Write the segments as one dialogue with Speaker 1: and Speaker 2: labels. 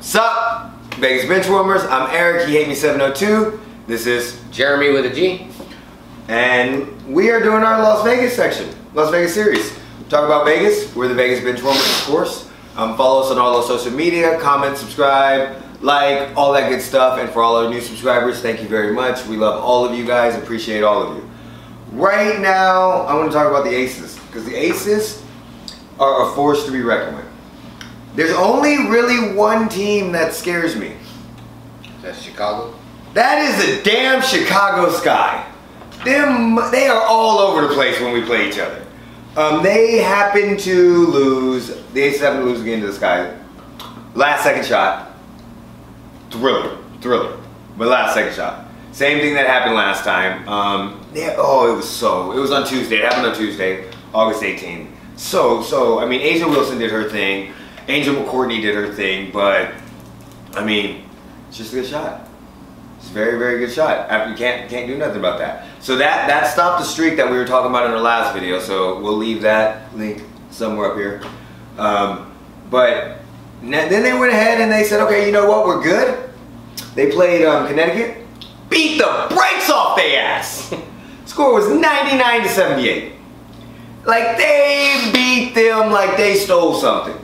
Speaker 1: Sup, Vegas Benchwarmers. I'm Eric. He hate me 702. This is,
Speaker 2: Jeremy with a G.
Speaker 1: and we are doing our Las Vegas section, Las Vegas series. Talk about Vegas. We're the Vegas Benchwarmers, of course. Um, follow us on all our social media. Comment, subscribe, like, all that good stuff. And for all our new subscribers, thank you very much. We love all of you guys. Appreciate all of you. Right now, I want to talk about the Aces because the Aces are a force to be reckoned with. There's only really one team that scares me.
Speaker 2: That's Chicago.
Speaker 1: That is a damn Chicago Sky. Them, they are all over the place when we play each other. Um, they happen to lose. The Aces happen to lose again to the Sky. Last second shot. Thriller, thriller, but last second shot. Same thing that happened last time. Um, they, oh, it was so. It was on Tuesday. It happened on Tuesday, August 18th. So, so I mean, Angel Wilson did her thing. Angel McCourtney did her thing, but I mean, it's just a good shot. It's a very, very good shot. After you can't can't do nothing about that. So that that stopped the streak that we were talking about in our last video. So we'll leave that link somewhere up here. Um, but na- then they went ahead and they said, okay, you know what? We're good. They played um, Connecticut, beat the brakes off their ass. Score was 99 to 78. Like they beat them like they stole something.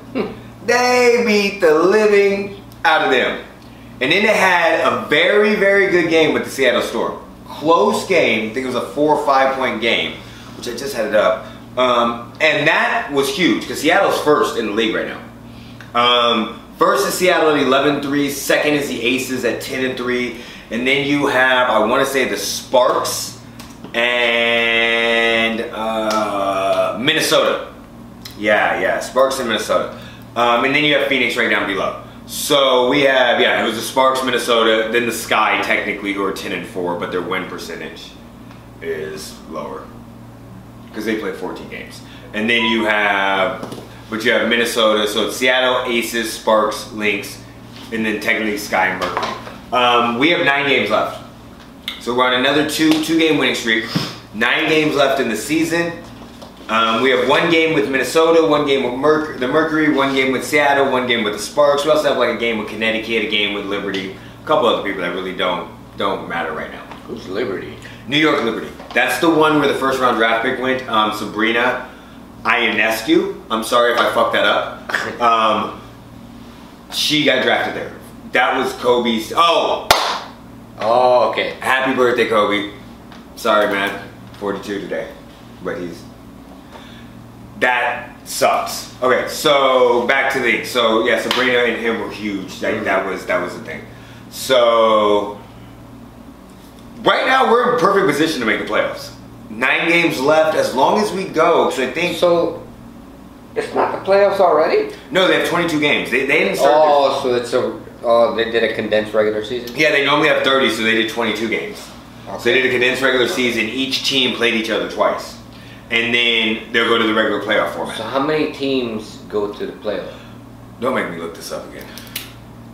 Speaker 1: they beat the living out of them. And then they had a very, very good game with the Seattle Storm. Close game. I think it was a four or five point game, which I just had it up. Um, and that was huge because Seattle's first in the league right now. Um, first is Seattle at 11 3. Second is the Aces at 10 and 3. And then you have, I want to say, the Sparks and uh, Minnesota. Yeah, yeah, Sparks in Minnesota. Um, and then you have Phoenix right down below. So we have, yeah, it was the Sparks, Minnesota, then the Sky, technically, who are 10 and 4, but their win percentage is lower because they play 14 games. And then you have, but you have Minnesota, so it's Seattle, Aces, Sparks, Lynx, and then technically Sky and Berkeley. Um, we have nine games left. So we're on another two two game winning streak. Nine games left in the season. Um, we have one game with Minnesota, one game with Merc- the Mercury, one game with Seattle, one game with the Sparks. We also have like a game with Connecticut, a game with Liberty, a couple other people that really don't don't matter right now.
Speaker 2: Who's Liberty?
Speaker 1: New York Liberty. That's the one where the first round draft pick went. Um, Sabrina Ionescu. I'm sorry if I fucked that up. Um, she got drafted there. That was Kobe's. Oh,
Speaker 2: Oh, okay.
Speaker 1: happy birthday, Kobe. Sorry, man. 42 today. But he's. That sucks. Okay, so back to the. So, yeah, Sabrina and him were huge. That, that was that was the thing. So, right now we're in perfect position to make the playoffs. Nine games left. As long as we go, so I think
Speaker 2: So it's not the playoffs already.
Speaker 1: no, they have 22 games. They, they didn't start. their-
Speaker 2: Oh, so it's a. Oh, they did a condensed regular season.
Speaker 1: Yeah, they normally have 30, so they did 22 games. So they did a condensed regular season. Each team played each other twice. And then they'll go to the regular playoff
Speaker 2: So
Speaker 1: format.
Speaker 2: how many teams go to the playoffs?
Speaker 1: Don't make me look this up again.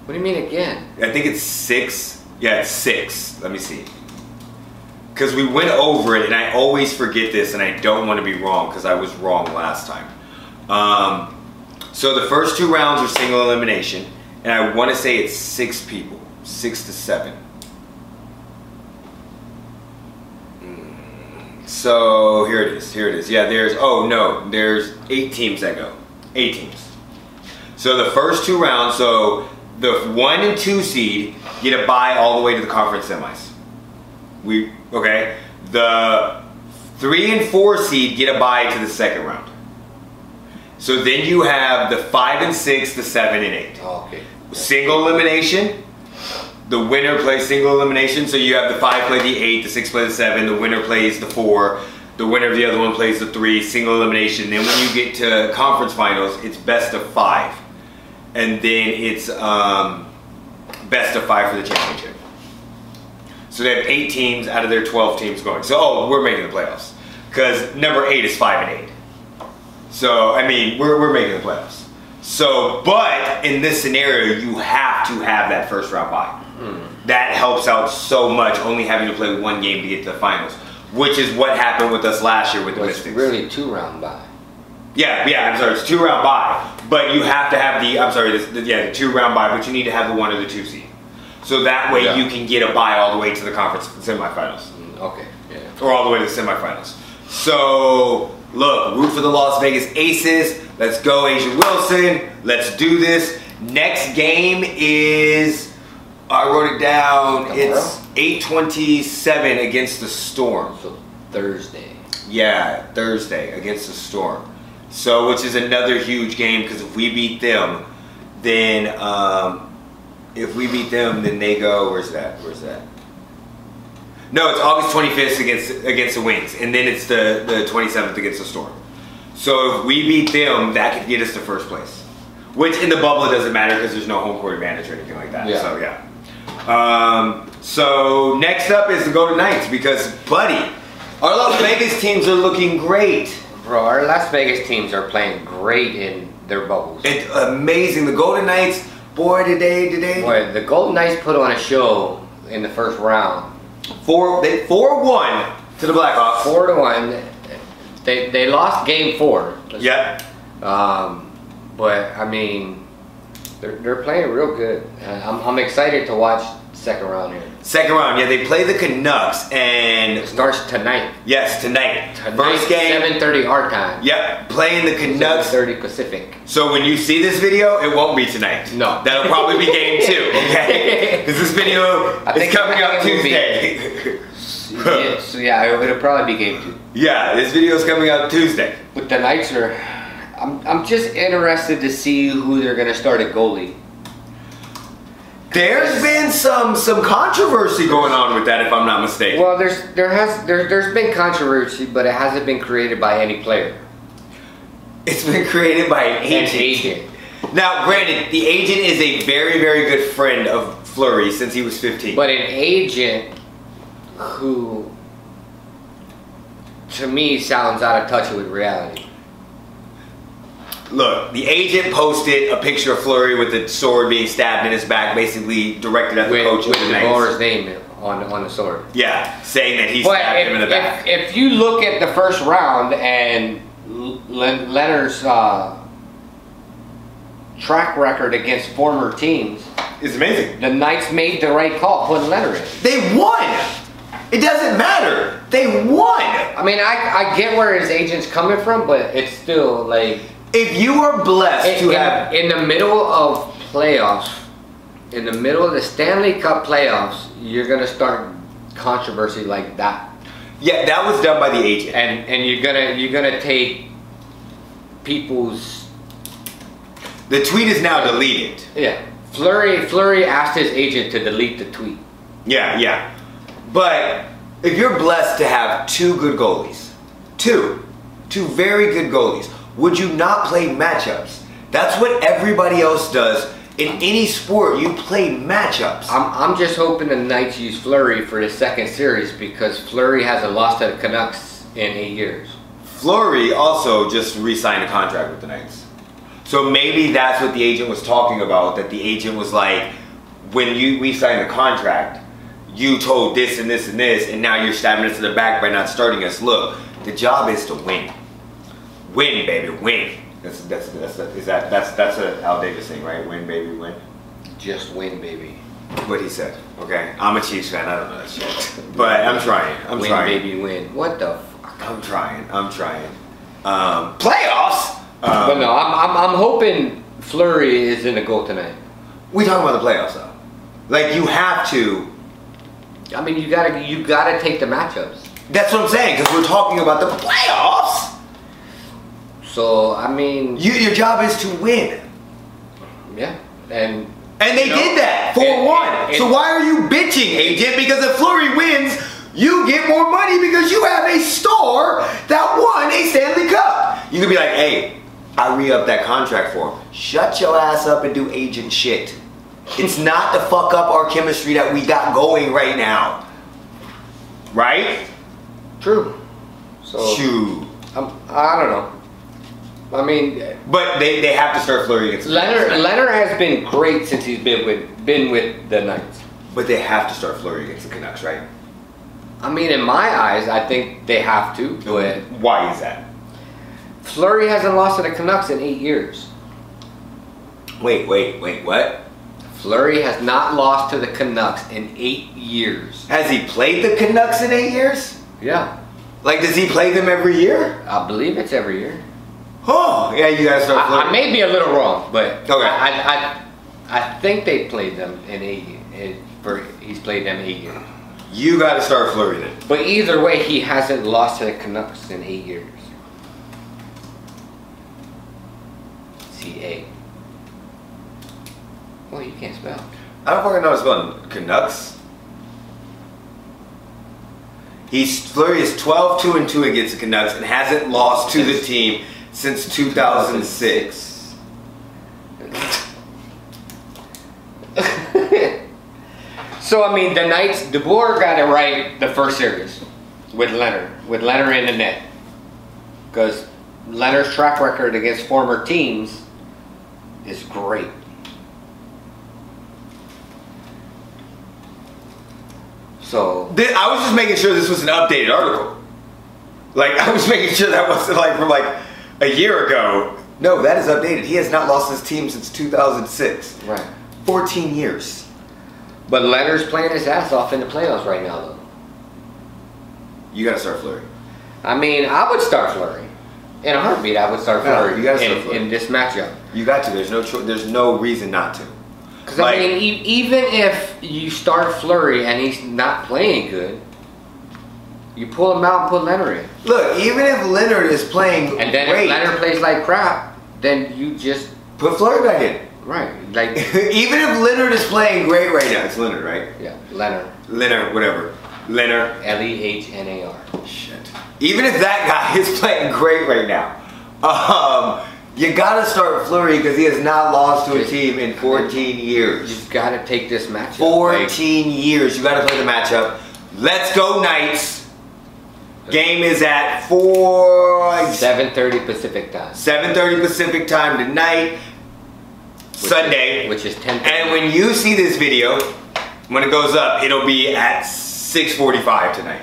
Speaker 2: What do you mean again?
Speaker 1: I think it's six. Yeah, it's six. Let me see. Because we went over it, and I always forget this, and I don't want to be wrong because I was wrong last time. Um, so the first two rounds are single elimination, and I want to say it's six people, six to seven. Mm, So here it is. Here it is. Yeah, there's. Oh no, there's eight teams that go. Eight teams. So the first two rounds, so the one and two seed get a bye all the way to the conference semis. We okay. The three and four seed get a bye to the second round. So then you have the five and six, the seven and eight.
Speaker 2: Oh, okay.
Speaker 1: Single elimination. The winner plays single elimination. So you have the five play the eight, the six play the seven, the winner plays the four, the winner of the other one plays the three, single elimination. Then when you get to conference finals, it's best of five. And then it's um, best of five for the championship. So they have eight teams out of their 12 teams going. So, oh, we're making the playoffs. Because number eight is five and eight. So, I mean, we're, we're making the playoffs. So, but in this scenario, you have to have that first round bye. That helps out so much, only having to play one game to get to the finals, which is what happened with us last year with the
Speaker 2: Well, it's
Speaker 1: Mystics.
Speaker 2: really two round bye.
Speaker 1: Yeah, yeah, I'm sorry. It's two round bye. But you have to have the I'm sorry, this, the, yeah, the two round bye, but you need to have the one or the two seed. So that way
Speaker 2: Yeah.
Speaker 1: you can get a bye all the way to the conference semifinals
Speaker 2: Mm, Okay. Yeah.
Speaker 1: or all the way to the semifinals. So look, root for the Las Vegas Aces. Let's go, Asia Wilson. Let's do this. Next game is I wrote it down. It's eight twenty-seven against the Storm.
Speaker 2: So Thursday.
Speaker 1: Yeah, Thursday against the Storm. So, which is another huge game because if we beat them, then um, if we beat them, then they go. Where's that? Where's that? No, it's August 25th against against the Wings, and then it's the the 27th against the Storm. So if we beat them, that could get us to first place. Which in the bubble it doesn't matter because there's no home court advantage or anything like that.
Speaker 2: Yeah.
Speaker 1: So yeah. Um, so next up is the Golden Knights because buddy, our Las Vegas teams are looking great.
Speaker 2: Bro, our Las Vegas teams are playing great in their bubbles.
Speaker 1: It's amazing. The Golden Knights, boy, today, today,
Speaker 2: Boy, the Golden Knights put on a show in the first round.
Speaker 1: four, they four one to the Blackhawks.
Speaker 2: Four to one. They they lost game four.
Speaker 1: Yep.
Speaker 2: Um, but I mean, they're, they're playing real good. Uh, I'm, I'm excited to watch second round here.
Speaker 1: Second round, yeah, they play the Canucks, and
Speaker 2: It starts tonight.
Speaker 1: yes, tonight,
Speaker 2: tonight
Speaker 1: first game.
Speaker 2: seven thirty our time.
Speaker 1: Yep, playing the Canucks.
Speaker 2: thirty Pacific.
Speaker 1: So when you see this video, it won't be tonight.
Speaker 2: No.
Speaker 1: that'll probably be game two. Okay, because this video
Speaker 2: I
Speaker 1: is
Speaker 2: think
Speaker 1: coming up
Speaker 2: it will be.
Speaker 1: Tuesday.
Speaker 2: yeah, so yeah, it'll, it'll probably be game two.
Speaker 1: yeah, this video is coming out Tuesday.
Speaker 2: But the Knights are. I'm, I'm just interested to see who they're gonna start at goalie.
Speaker 1: There's been some some controversy going on with that, if I'm not mistaken.
Speaker 2: Well, there's there has there, there's been controversy, but it hasn't been created by any player.
Speaker 1: It's been created by an
Speaker 2: An
Speaker 1: agent.
Speaker 2: agent.
Speaker 1: Now, granted, the agent is a very very good friend of Flurry since he was 15.
Speaker 2: But an agent who, to me, sounds out of touch with reality.
Speaker 1: Look, the agent posted a picture of Flurry with the sword being stabbed in his back, basically directed at the
Speaker 2: With,
Speaker 1: coach
Speaker 2: with
Speaker 1: of the
Speaker 2: the
Speaker 1: Knights.
Speaker 2: goaler's name on on the sword.
Speaker 1: Yeah, saying that he
Speaker 2: But
Speaker 1: stabbed him in the
Speaker 2: if,
Speaker 1: back.
Speaker 2: if, if you look at the first round and Le- Leonard's uh, track record against former teams,
Speaker 1: it's amazing.
Speaker 2: the Knights made the right call putting Leonard in.
Speaker 1: They won. It doesn't matter. They won.
Speaker 2: I mean, I, I get where his agent's coming from, but it's still like
Speaker 1: If you are blessed
Speaker 2: in,
Speaker 1: to
Speaker 2: in-
Speaker 1: have,
Speaker 2: in the middle of playoffs, in the middle of the Stanley Cup playoffs, you're gonna start controversy like that,
Speaker 1: yeah, that was done by the agent.
Speaker 2: and and you're gonna you're gonna take people's
Speaker 1: The tweet is now deleted.
Speaker 2: yeah. Flurry Flurry asked his agent to delete the tweet.
Speaker 1: Yeah, yeah. But if you're blessed to have two good goalies, two, two very good goalies, would you not play matchups? That's what everybody else does in any sport. You play matchups.
Speaker 2: I'm I'm just hoping the Knights use Flurry for the second series because Flurry hasn't lost to the Canucks in eight years.
Speaker 1: Flurry also just re-signed a contract with the Knights. So maybe that's what the agent was talking about. That the agent was like, when you we signed the contract, you told this and this and this, and now you're stabbing us in the back by not starting us. Look, the job is to win, win, baby, win. That's that's that's is that that's that's a Al Davis thing, right? Win, baby, win.
Speaker 2: Just win, baby.
Speaker 1: What he said. Okay, I'm a Chiefs fan. I don't know that shit, but I'm trying. I'm
Speaker 2: win,
Speaker 1: trying.
Speaker 2: baby, win. Um, What the fuck?
Speaker 1: I'm trying. I'm trying. Um, playoffs. Um,
Speaker 2: But no, I'm, I'm, I'm hoping Flurry is in the goal tonight.
Speaker 1: We talking about the playoffs though. Like you have to.
Speaker 2: I mean, you gotta you gotta take the matchups.
Speaker 1: That's what I'm saying because we're talking about the playoffs.
Speaker 2: So I mean,
Speaker 1: You, your job is to win,
Speaker 2: yeah, and
Speaker 1: and they
Speaker 2: You know,
Speaker 1: did that four
Speaker 2: and-
Speaker 1: one.
Speaker 2: and-
Speaker 1: so why are you bitching, agent? Because if Flurry wins, you get more money because you have a star that won a Stanley Cup. You could be like, hey, I re up that contract for him. Shut your ass up and do agent shit. It's not the fuck up our chemistry that we got going right now. Right?
Speaker 2: true. So
Speaker 1: Shoot.
Speaker 2: I'm, I don't know. I mean,
Speaker 1: But they, they have to start Flurry against the
Speaker 2: Leonard
Speaker 1: Canucks.
Speaker 2: Leonard has been great since he's been with been with the Knights.
Speaker 1: But they have to start Flurry against the Canucks, right?
Speaker 2: I mean, in my eyys, I think they have to. But
Speaker 1: Why is that?
Speaker 2: Flurry hasn't lost to the Canucks in eight years.
Speaker 1: Wait, wait, wait. What?
Speaker 2: Flurry has not lost to the Canucks in eight years.
Speaker 1: Has he played the Canucks in eight years?
Speaker 2: Yeah,
Speaker 1: Like, does he play them every year?
Speaker 2: I believe it's every year.
Speaker 1: Oh, yeah. You guys know.
Speaker 2: I, I may be a little wrong, but
Speaker 1: Okay.
Speaker 2: I, I, I, I think they played them in eight. In, for he's played them eight years.
Speaker 1: You got to start flirting. it.
Speaker 2: But either way, he hasn't lost to the Canucks in eight years. CA. Well, you can't spell.
Speaker 1: I don't fucking know how to spell Canucks. He's Flurry is 12 2 and 2 against the Canucks and hasn't lost to the team since 2006.
Speaker 2: so I mean, the Knights. DeBoer got it right the first series with Leonard, with Leonard in the net, because Leonard's track record against former teams is great. So
Speaker 1: Thi- I was just making sure this was an updated article. Like, I was making sure that wasn't like from like a year ago. No, that is updated. He has not lost his team since 2006.
Speaker 2: right.
Speaker 1: 14 years.
Speaker 2: But Leonard's playing his ass off in the playoffs right now, though.
Speaker 1: You got to start Flurry.
Speaker 2: I mean, I would start Flurry. In a heartbeat, I would
Speaker 1: No,
Speaker 2: start Flurry
Speaker 1: you gotta
Speaker 2: in,
Speaker 1: start Fleury.
Speaker 2: in this matchup.
Speaker 1: You got to. There's no cho- There's no reason not to.
Speaker 2: Because,
Speaker 1: Like-
Speaker 2: I mean, e- even if you start Flurry and he's not playing good, you pull him out and put Leonard in.
Speaker 1: Look, even if Leonard is playing
Speaker 2: And then
Speaker 1: great,
Speaker 2: if Leonard plays like crap, then you just,
Speaker 1: put Flurry back in.
Speaker 2: right, like,
Speaker 1: even if Leonard is playing great right now, it's Leonard, right?
Speaker 2: yeah, Leonard. E
Speaker 1: Leonard, whatever. Leonard.
Speaker 2: L-E-H-N-A-R.
Speaker 1: Shit. Even if that guy is playing great right now, um, you gotta start Flurry because he has not lost to a team in 14 years.
Speaker 2: You've got to take this matchup. Like,
Speaker 1: 14 years. You gotta play the matchup. Let's go Knights. Game is at four.
Speaker 2: 7.30 Pacific time.
Speaker 1: 7:30 Pacific time tonight,
Speaker 2: which is-
Speaker 1: Sunday.
Speaker 2: Which is 10
Speaker 1: and when you see this video, when it goes up, it'll be at 6:45 tonight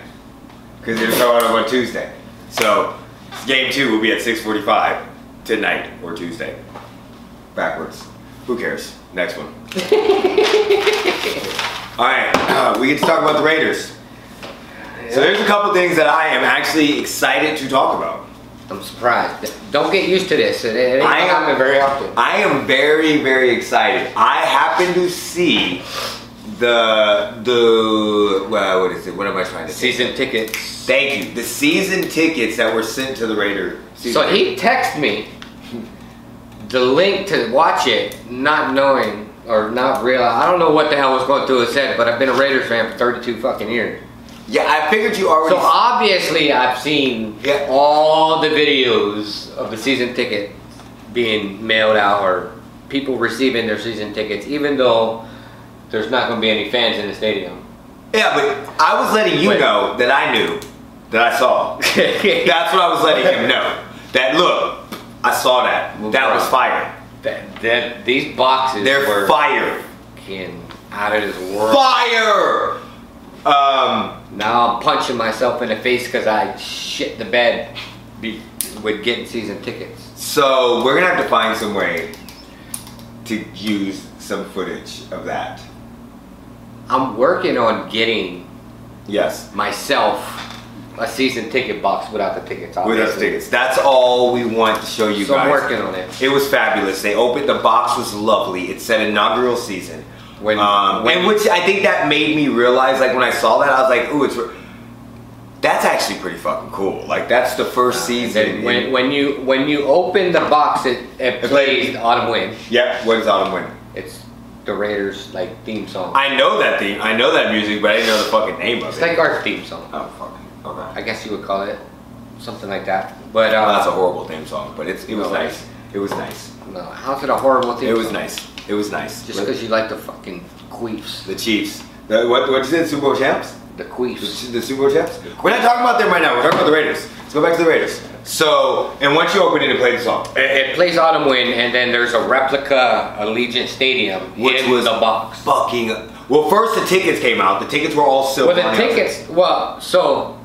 Speaker 1: because it'll go out on Tuesday. So game two will be at 6:45 tonight or Tuesday. Backwards. Who cares? Next one. All right, uh, we get to talk about the Raiders. So there's a couple things that I am actually excited to talk about.
Speaker 2: I'm surprised. Don't get used to this. It, it ain't
Speaker 1: I am-
Speaker 2: happening very often.
Speaker 1: I am very, very excited. I happen to see the the well, what is it? What am I trying to say?
Speaker 2: Season tickets.
Speaker 1: Thank you. The season tickets that were sent to the Raider. Season
Speaker 2: So he texted me the link to watch it, not knowing or not real. I don't know what the hell was going through his head, but I've been a Raiders fan for 32 fucking years.
Speaker 1: Yeah, I figured you already.
Speaker 2: So obviously, I've seen
Speaker 1: Yeah.
Speaker 2: all the videos of the season ticket being mailed out or people receiving their season tickets, even though there's not going to be any fans in the stadium.
Speaker 1: yeah, but I was letting you
Speaker 2: Wait.
Speaker 1: know that I knew that I saw. That's what I was letting him know. That look, I saw that.
Speaker 2: Move
Speaker 1: that was
Speaker 2: on.
Speaker 1: fire.
Speaker 2: That, that these boxes
Speaker 1: They're
Speaker 2: were
Speaker 1: fire.
Speaker 2: fucking out of this world.
Speaker 1: Fire. Um.
Speaker 2: Now I'm punching myself in the face because I shit the bed be, with getting season tickets.
Speaker 1: So we're gonna have to find some way to use some footage of that.
Speaker 2: I'm working on getting
Speaker 1: Yes.
Speaker 2: myself a season ticket box without the tickets.
Speaker 1: With us
Speaker 2: obviously.
Speaker 1: tickets. That's all we want to show you
Speaker 2: so
Speaker 1: guys.
Speaker 2: I'm working on it.
Speaker 1: It was fabulous. They opened the box was lovely. It said inaugural season.
Speaker 2: When-
Speaker 1: um,
Speaker 2: when-
Speaker 1: and which I think that made me realize, like when I saw that, I was like, "Ooh, it's." re- That's actually pretty fucking cool. Like that's the first season.
Speaker 2: Uh, Then when, when you when you open the box, it, it
Speaker 1: It
Speaker 2: plays
Speaker 1: plays-
Speaker 2: the Autumn Wind.
Speaker 1: yep. What is Autumn Wind?
Speaker 2: It's the Raiders like theme song.
Speaker 1: I know that theme. I know that music, but I didn't know the fucking name of
Speaker 2: it's
Speaker 1: it.
Speaker 2: like our theme song.
Speaker 1: oh fuck. Okay.
Speaker 2: I guess you would call it something like that. But
Speaker 1: Oh,
Speaker 2: uh,
Speaker 1: that's a horrible theme song, but it's, it was
Speaker 2: No.
Speaker 1: nice. It was nice.
Speaker 2: no, how's it a horrible theme?
Speaker 1: Uh, It was
Speaker 2: song?
Speaker 1: nice. It was nice.
Speaker 2: Just because you like the fucking queefs,
Speaker 1: the Chiefs. The, what what you said? Super Bowl champs?
Speaker 2: the
Speaker 1: The,
Speaker 2: queefs.
Speaker 1: Ch- the Super Bowl champs? We're not talking about them right now. We're talking about the Raiders. Let's go back to the Raiders. So, and once you open it and play the song,
Speaker 2: It, it plays Autumn Wind, and then there's a replica Allegiant Stadium,
Speaker 1: Which
Speaker 2: in
Speaker 1: was-
Speaker 2: the box.
Speaker 1: fucking. Well, first the tickets came out. The tickets were all silver.
Speaker 2: Well, the tickets. Well, so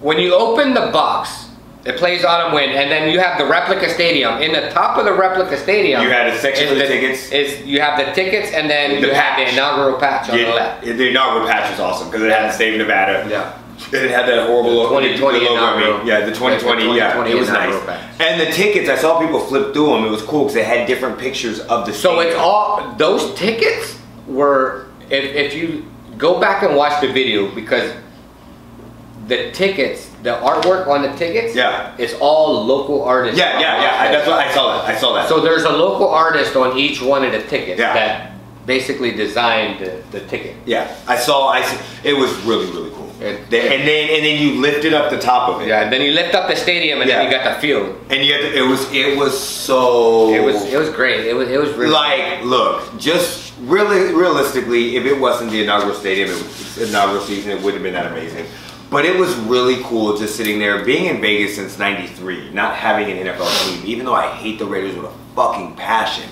Speaker 2: when you open the box, It plays autumn wind, and then you have the replica stadium. In the top of the replica stadium,
Speaker 1: You had a section
Speaker 2: is
Speaker 1: for the tickets.
Speaker 2: Is you have the tickets, and then
Speaker 1: The
Speaker 2: you have
Speaker 1: patch.
Speaker 2: the inaugural patch on the
Speaker 1: Yeah,
Speaker 2: left.
Speaker 1: the inaugural patch was awesome because it had the state of Nevada.
Speaker 2: Yeah.
Speaker 1: And it had that horrible
Speaker 2: The
Speaker 1: logo.
Speaker 2: 2020
Speaker 1: the logo, I mean.
Speaker 2: inaugural.
Speaker 1: Yeah, the 2020.
Speaker 2: The
Speaker 1: yeah,
Speaker 2: 2020
Speaker 1: it was nice.
Speaker 2: inaugural patch.
Speaker 1: And the tickets, I saw people flip through them. It was cool because they had different pictures of the.
Speaker 2: So
Speaker 1: stadium.
Speaker 2: it's all those tickets were. If, if you go back and watch the video, because the tickets, the artwork on the tickets,
Speaker 1: Yeah.
Speaker 2: it's all local artists.
Speaker 1: Yeah, yeah, yeah. I, that's what I saw. That I saw that.
Speaker 2: So there's a local artist on each one of the tickets
Speaker 1: Yeah.
Speaker 2: that basically designed the, the ticket.
Speaker 1: yeah, I saw. I. s- It was really really cool.
Speaker 2: It-
Speaker 1: They- and then and then you lifted up the top of it.
Speaker 2: Yeah, and then you lift up the stadium and then
Speaker 1: Yeah.
Speaker 2: you got the field.
Speaker 1: And yet it was it was so.
Speaker 2: It was it was great. It was it was really
Speaker 1: Like, look, just really realistically, if it wasn't the inaugural stadium, it was inaugural season, it wouldn't have been that amazing. But it was really cool just sitting there, being in Vegas since '93, not having an NFL team, even though I hate the Raiders with a fucking passion.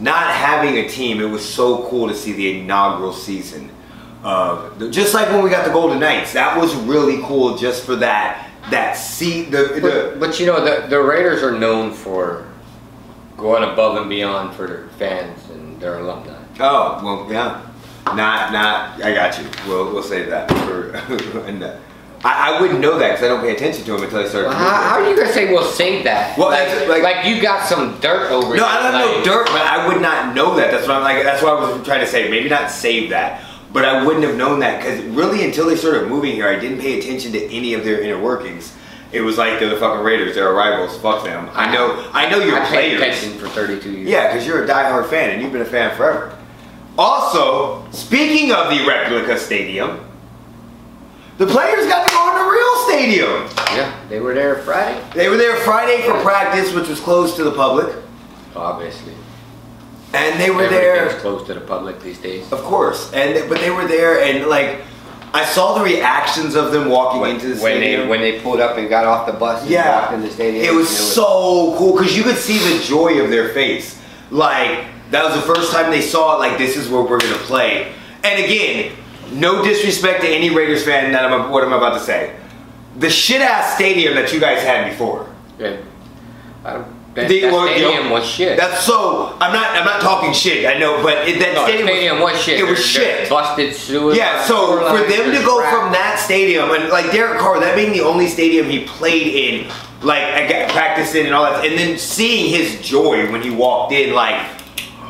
Speaker 1: Not having a team, it was so cool to see the inaugural season of just like when we got the Golden Knights. That was really cool just for that that seat. The, the
Speaker 2: But, but you know the the Raiders are known for going above and beyond for their fans and their alumni.
Speaker 1: Oh well, yeah. Not, not. I got you. We'll, we'll save that for. and, uh, I, I wouldn't know that because I don't pay attention to him until I started.
Speaker 2: Well, how, how are you gonna say we'll sing that?
Speaker 1: Well,
Speaker 2: like,
Speaker 1: that's-
Speaker 2: like,
Speaker 1: like-
Speaker 2: you got some dirt over.
Speaker 1: No,
Speaker 2: you,
Speaker 1: I don't know
Speaker 2: like-
Speaker 1: dirt, but I would not know that. That's what I'm like. That's what I was trying to say. Maybe not save that, but I wouldn't have known that because really, until they started moving here, I didn't pay attention to any of their inner workings. It was like they're the fucking Raiders. They're our rivals. Fuck them. I know. I know your
Speaker 2: I paid
Speaker 1: players.
Speaker 2: attention for 32 years.
Speaker 1: Yeah, because you're a diehard fan and you've been a fan forever. Also, speaking of the replica stadium, the players got to go in the real stadium.
Speaker 2: yeah, they were there Friday,
Speaker 1: They were there Friday for practice, which was closed to the public,
Speaker 2: obviously.
Speaker 1: and they were
Speaker 2: Everything's
Speaker 1: there,
Speaker 2: closed to the public these days.
Speaker 1: of course. And but they were there, and like I saw the reactions of them walking into the
Speaker 2: when
Speaker 1: stadium.
Speaker 2: they when they pulled up and got off the bus and walked in the stadium.
Speaker 1: It was so cool because you could see the joy of their face. Like that was the first time they saw it. Like this is where we're gonna play. And again, no disrespect to any Raiders fan that I'm what I'm about to say. The shit ass stadium that you guys had before.
Speaker 2: Yeah. I don't, that,
Speaker 1: The-
Speaker 2: that
Speaker 1: well, you know,
Speaker 2: stadium was shit.
Speaker 1: That's so. I'm not. I'm not talking shit. I know, but it, that
Speaker 2: no,
Speaker 1: stadium,
Speaker 2: stadium, stadium was, shit.
Speaker 1: It was
Speaker 2: There's- there's
Speaker 1: shit.
Speaker 2: Busted sewers.
Speaker 1: Yeah, so for them to go from that stadium and like Derek Carr, that being the only stadium he played in, like I got practiced in and all that, and then seeing his joy when he walked in, like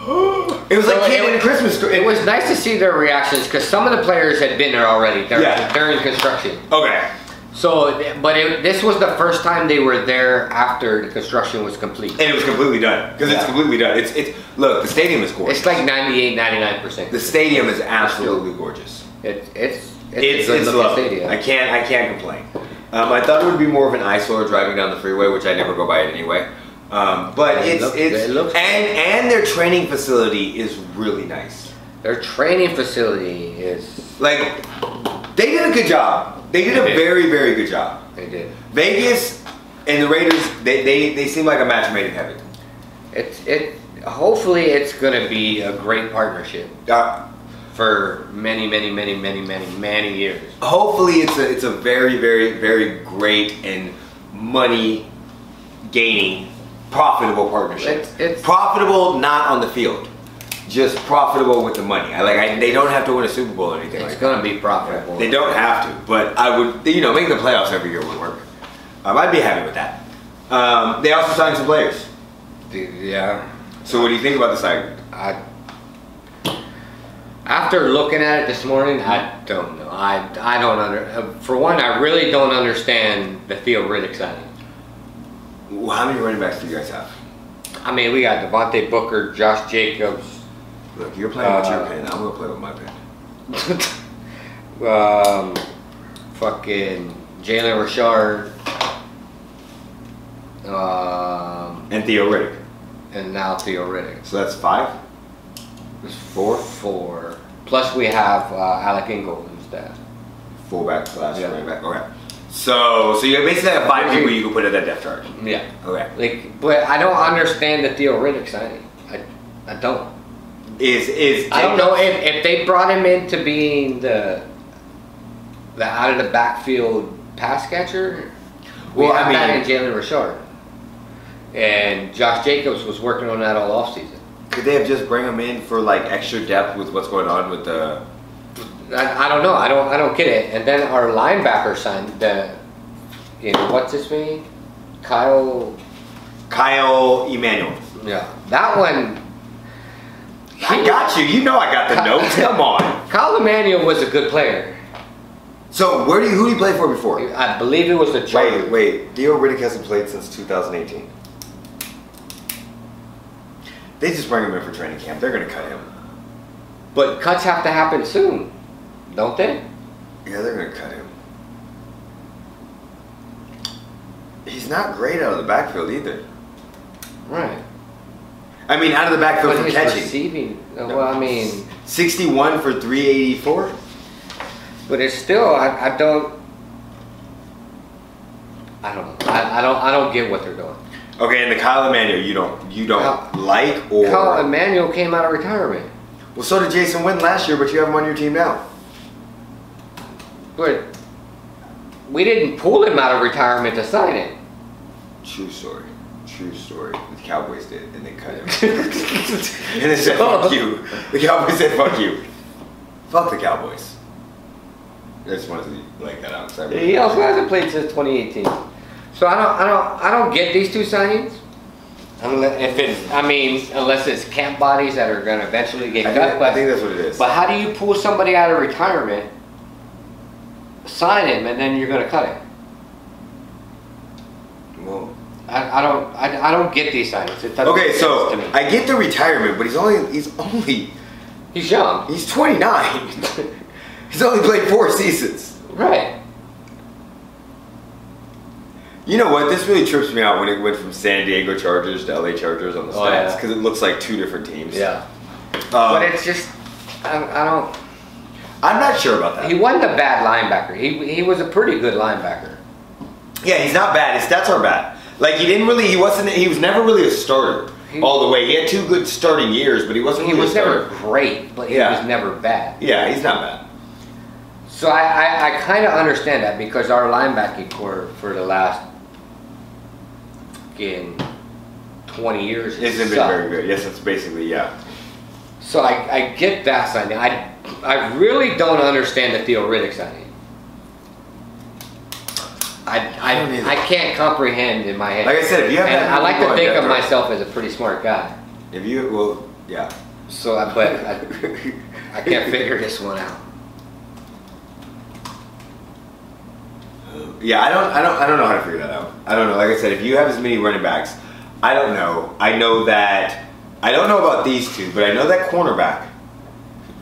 Speaker 1: it was
Speaker 2: So
Speaker 1: like
Speaker 2: it-
Speaker 1: kid in a Christmas. Cr-
Speaker 2: It was nice to see their reactions because some of the players had been there already during,
Speaker 1: Yeah.
Speaker 2: during construction.
Speaker 1: okay.
Speaker 2: So, but it, this was the first time they were there after the construction was complete.
Speaker 1: And it was completely done because it's
Speaker 2: Yeah.
Speaker 1: completely done. It's it's look the stadium is gorgeous.
Speaker 2: It's like 98, 99 percent.
Speaker 1: the stadium is absolutely gorgeous.
Speaker 2: It's it's
Speaker 1: It's
Speaker 2: a
Speaker 1: it's
Speaker 2: good-looking
Speaker 1: lovely.
Speaker 2: stadium.
Speaker 1: I can't I can't complain. Um, I thought it would be more of an eyesore driving down the freeway, which I never go by it anyway. Um, but
Speaker 2: It
Speaker 1: it's
Speaker 2: looks-
Speaker 1: it's
Speaker 2: it looks-
Speaker 1: and and their training facility is really nice.
Speaker 2: Their training facility is
Speaker 1: Like they did a good job. They did a
Speaker 2: They did.
Speaker 1: very very good job.
Speaker 2: they did.
Speaker 1: Vegas and the Raiders they they, they seem like a match made in heaven.
Speaker 2: It's it. Hopefully, it's gonna be a great partnership
Speaker 1: Uh,
Speaker 2: for many, many, many, many, many, many years.
Speaker 1: hopefully it's a it's a very very very great and money gaining profitable partnership.
Speaker 2: It's- it's-
Speaker 1: profitable not on the field, just profitable with the money. I like I, they don't have to win a Super Bowl or anything.
Speaker 2: It's
Speaker 1: Like
Speaker 2: gonna be
Speaker 1: that.
Speaker 2: profitable.
Speaker 1: They don't have to, but I would you know making the playoffs every year would work. Um, I'd be happy with that. Um, they also signed some players.
Speaker 2: Yeah.
Speaker 1: So what do you think about the signing?
Speaker 2: I. After looking at it this morning, I don't know. I, I don't under. uh, For one, I really don't understand the Theo Riddick signing.
Speaker 1: Well, How many running backs do you guys have?
Speaker 2: I mean, we got Devontae Booker, Josh Jacobs,
Speaker 1: Look, you're playing with your
Speaker 2: Uh,
Speaker 1: pen. I'm gonna play with my pen.
Speaker 2: um, fucking Jalen Richard, um,
Speaker 1: And Theo Riddick.
Speaker 2: and now Theo Riddick.
Speaker 1: So that's five.
Speaker 2: It's four, four. Plus we have uh, Alec Ingold who's that.
Speaker 1: fullback slash
Speaker 2: Yeah.
Speaker 1: running back. Okay. So so you basically have five
Speaker 2: Okay.
Speaker 1: people you can put at that depth chart.
Speaker 2: Yeah.
Speaker 1: Okay.
Speaker 2: Like, but I don't understand the Theo Riddick signing. I, I don't.
Speaker 1: Is is
Speaker 2: I don't know if, if they brought him into being the the out of the backfield pass catcher. We
Speaker 1: Well,
Speaker 2: had
Speaker 1: I
Speaker 2: that
Speaker 1: mean-
Speaker 2: in Jalen Richard. And Josh Jacobs was working on that all offseason.
Speaker 1: Could they have just bring him in for like extra depth with what's going on with uh, the?
Speaker 2: I, I don't know. I don't. I don't get it. And then our linebacker signed the, you know, what's his name, Kyle.
Speaker 1: Kyle Emanuel.
Speaker 2: Yeah, that one.
Speaker 1: I got you. You know I got the notes. Come on.
Speaker 2: Kyle Emmanuel was a good player.
Speaker 1: So where do you, who do you play for before?
Speaker 2: I believe it was the
Speaker 1: Wait,
Speaker 2: Chargers.
Speaker 1: wait. Theo Riddick hasn't played since 2018. They just bring him in for training camp. They're gonna cut him.
Speaker 2: But cuts have to happen soon, don't they?
Speaker 1: Yeah, they're gonna cut him. He's not great out of the backfield either.
Speaker 2: Right.
Speaker 1: I mean, out of the backfield
Speaker 2: But
Speaker 1: for
Speaker 2: his
Speaker 1: catching.
Speaker 2: receiving. uh, Well, I mean,
Speaker 1: 61 for 384.
Speaker 2: but it's still. I, I don't. I don't. know. I, I don't. I don't get what they're doing.
Speaker 1: Okay, and the Kyle Emmanuel, you don't you don't
Speaker 2: Kyle-
Speaker 1: like or
Speaker 2: Kyle Emmanuel came out of retirement.
Speaker 1: well, so did Jason Wynn last year, but you have him on your team now.
Speaker 2: But we didn't pull him out of retirement to sign it.
Speaker 1: True story. True story. The Cowboys did, and they cut him. and they said, "Fuck you." The Cowboys said, "Fuck you." Fuck the Cowboys. I just wanted to like that out. 'cause I really-
Speaker 2: He also hasn't played since 2018. So I don't, I don't, I don't get these two signings. Unless, if it's, I mean, unless it's camp bodies that are going to eventually
Speaker 1: I
Speaker 2: get
Speaker 1: think,
Speaker 2: cut.
Speaker 1: I
Speaker 2: But,
Speaker 1: think that's what it is.
Speaker 2: but how do you pull somebody out of retirement, sign him, and then you're going to cut him?
Speaker 1: Well,
Speaker 2: I, I don't, I, I don't get these signings. It doesn't
Speaker 1: okay,
Speaker 2: make
Speaker 1: so
Speaker 2: sense to me.
Speaker 1: I get the retirement, but he's only he's only
Speaker 2: he's young,
Speaker 1: he's 29. he's only played four seasons.
Speaker 2: right?
Speaker 1: You know what? This really trips me out when it went from San Diego Chargers to LA Chargers on the
Speaker 2: Oh,
Speaker 1: stats
Speaker 2: yeah.
Speaker 1: because it looks like two different teams. Um,
Speaker 2: but it's just, I, I don't.
Speaker 1: I'm not sure about that.
Speaker 2: He wasn't a bad linebacker. He, he was a pretty good linebacker.
Speaker 1: yeah, he's not bad. His stats aren't bad. Like he didn't really. He wasn't. He was never really a starter
Speaker 2: He-
Speaker 1: all the way. He had two good starting years, but he wasn't.
Speaker 2: He
Speaker 1: really
Speaker 2: was
Speaker 1: a
Speaker 2: never
Speaker 1: starter.
Speaker 2: great, but he
Speaker 1: Yeah.
Speaker 2: was never bad.
Speaker 1: Yeah, he's not bad.
Speaker 2: So I, I, I kind of understand that because our linebacking core for the last fucking 20 years
Speaker 1: He
Speaker 2: has
Speaker 1: hasn't been
Speaker 2: sucked.
Speaker 1: very good. Yes, that's basically yeah.
Speaker 2: So I, I get that signing. I, I really don't understand the Theo Riddick signing. I,
Speaker 1: I don't either.
Speaker 2: I, I can't comprehend in my head.
Speaker 1: Like I said, if you have
Speaker 2: and
Speaker 1: that
Speaker 2: I like to
Speaker 1: going
Speaker 2: think
Speaker 1: down
Speaker 2: of
Speaker 1: there-
Speaker 2: myself as a pretty smart guy.
Speaker 1: If you well, yeah.
Speaker 2: So, I, but I, I can't figure this one out.
Speaker 1: Yeah, I don't, I don't, I don't know how to figure that out. I don't know. Like I said, if you have as many running backs, I don't know. I know that I don't know about these two, but I know that cornerback.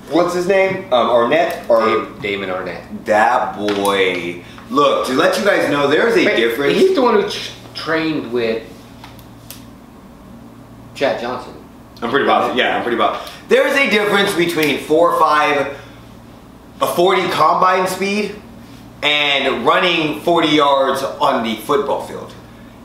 Speaker 1: What's his name? Um, Arnett or
Speaker 2: Dave, Damon Arnett.
Speaker 1: that boy. Look, to let you guys know, there's a
Speaker 2: But
Speaker 1: difference.
Speaker 2: He's the one who tr trained with Chad Johnson.
Speaker 1: I'm pretty positive. Yeah, I'm pretty positive. There is a difference between four or five, a 40 combine speed, and running 40 yards on the football field.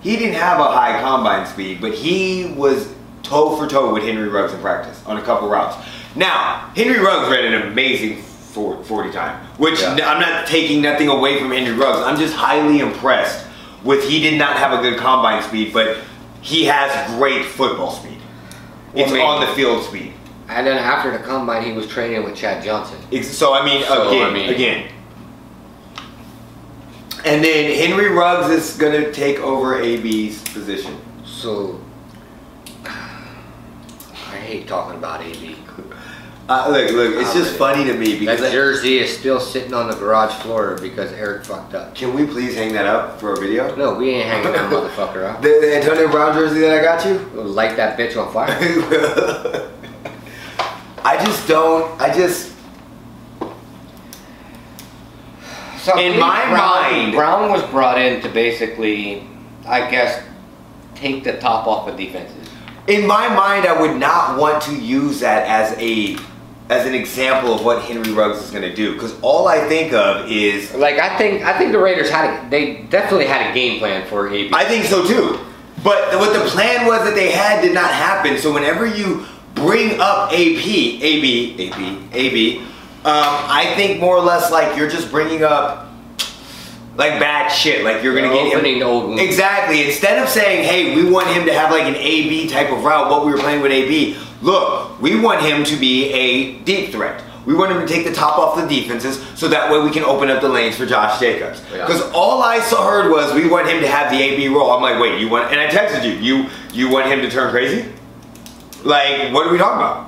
Speaker 1: He didn't have a high combine speed, but he was toe for toe with Henry Ruggs in practice on a couple routes. Now, Henry Ruggs ran an amazing four- 40 time, which
Speaker 2: Yeah.
Speaker 1: n- I'm not taking nothing away from Henry Ruggs. I'm just highly impressed with he did not have a good combine speed, but he has great football speed. It's
Speaker 2: I mean-
Speaker 1: on the field speed.
Speaker 2: And then after the combine, he was training with Chad Johnson.
Speaker 1: Ex- So I mean,
Speaker 2: So,
Speaker 1: again,
Speaker 2: I mean-
Speaker 1: again. And then Henry Ruggs is gonna take over AB's position.
Speaker 2: So I hate talking about AB.
Speaker 1: Uh, look, look, it's
Speaker 2: Oh,
Speaker 1: just
Speaker 2: man.
Speaker 1: funny to me
Speaker 2: That
Speaker 1: because I-
Speaker 2: jersey is still sitting on the garage floor because Eric fucked up.
Speaker 1: can we please hang that up for a video?
Speaker 2: No, we ain't hanging that motherfucker up.
Speaker 1: The, the Antonio Brown jersey that I got you.
Speaker 2: We'll light that bitch on fire.
Speaker 1: I just don't. I just
Speaker 2: So
Speaker 1: In
Speaker 2: Cleveland
Speaker 1: my
Speaker 2: Brown,
Speaker 1: mind-
Speaker 2: Brown was brought in to basically, I guess, take the top off of defenses.
Speaker 1: in my mind, I would not want to use that as a as an example of what Henry Ruggs is gonna do because all I think of is
Speaker 2: Like I think I think the Raiders had a, they definitely had a game plan for AB.
Speaker 1: I think so too. But what the plan was that they had did not happen. So whenever you bring up AP, AB, AB, AB, um, I think more or less like you're just bringing up Like bad shit. Like you're gonna get
Speaker 2: opening the old wounds.
Speaker 1: Exactly. Instead of saying, "Hey, we want him to have like an AB type of route," what we were playing with AB. Look, we want him to be a deep threat. We want him to take the top off the defenses, so that way we can open up the lanes for Josh Jacobs.
Speaker 2: Yeah.
Speaker 1: Because all I saw heard was we want him to have the AB role. I'm like, wait, you want? And I texted you, you you want him to turn crazy? Like, what are we talking about?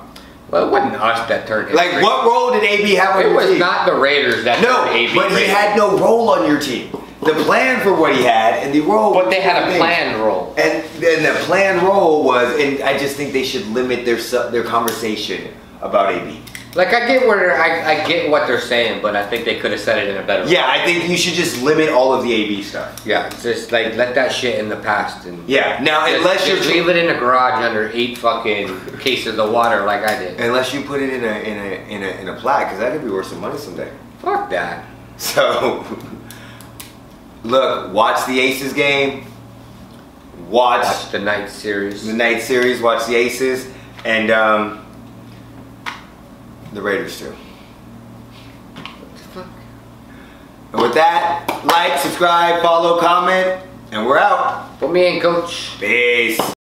Speaker 2: Well, it wasn't us that turned him.
Speaker 1: Like,
Speaker 2: crazy.
Speaker 1: what role did AB have on
Speaker 2: It
Speaker 1: your
Speaker 2: was
Speaker 1: team?
Speaker 2: not the Raiders that
Speaker 1: No,
Speaker 2: turned AB.
Speaker 1: but he
Speaker 2: crazy.
Speaker 1: had no role on your team. The plan for what he had and the role.
Speaker 2: But they had a planned role.
Speaker 1: And and the planned role was, and I just think they should limit their su- their conversation about AB.
Speaker 2: Like I get where I, I get what they're saying, but I think they could have said it in a better. way.
Speaker 1: Yeah, I think you should just limit all of the AB stuff.
Speaker 2: Yeah, just like let that shit in the past and
Speaker 1: Yeah. Now,
Speaker 2: Just-
Speaker 1: unless
Speaker 2: just
Speaker 1: you're
Speaker 2: leave it in the garage under eight fucking cases of water like I did.
Speaker 1: unless you put it in a in a in a in a plaque, because that could be worth some money someday.
Speaker 2: Fuck that.
Speaker 1: So, look, watch the Aces game. Watch,
Speaker 2: Watch the night series.
Speaker 1: the night series. Watch the Aces and um, the Raiders too. Mm-hmm. And with that, like, subscribe, follow, comment, and we're out.
Speaker 2: Put me in, coach.
Speaker 1: Peace.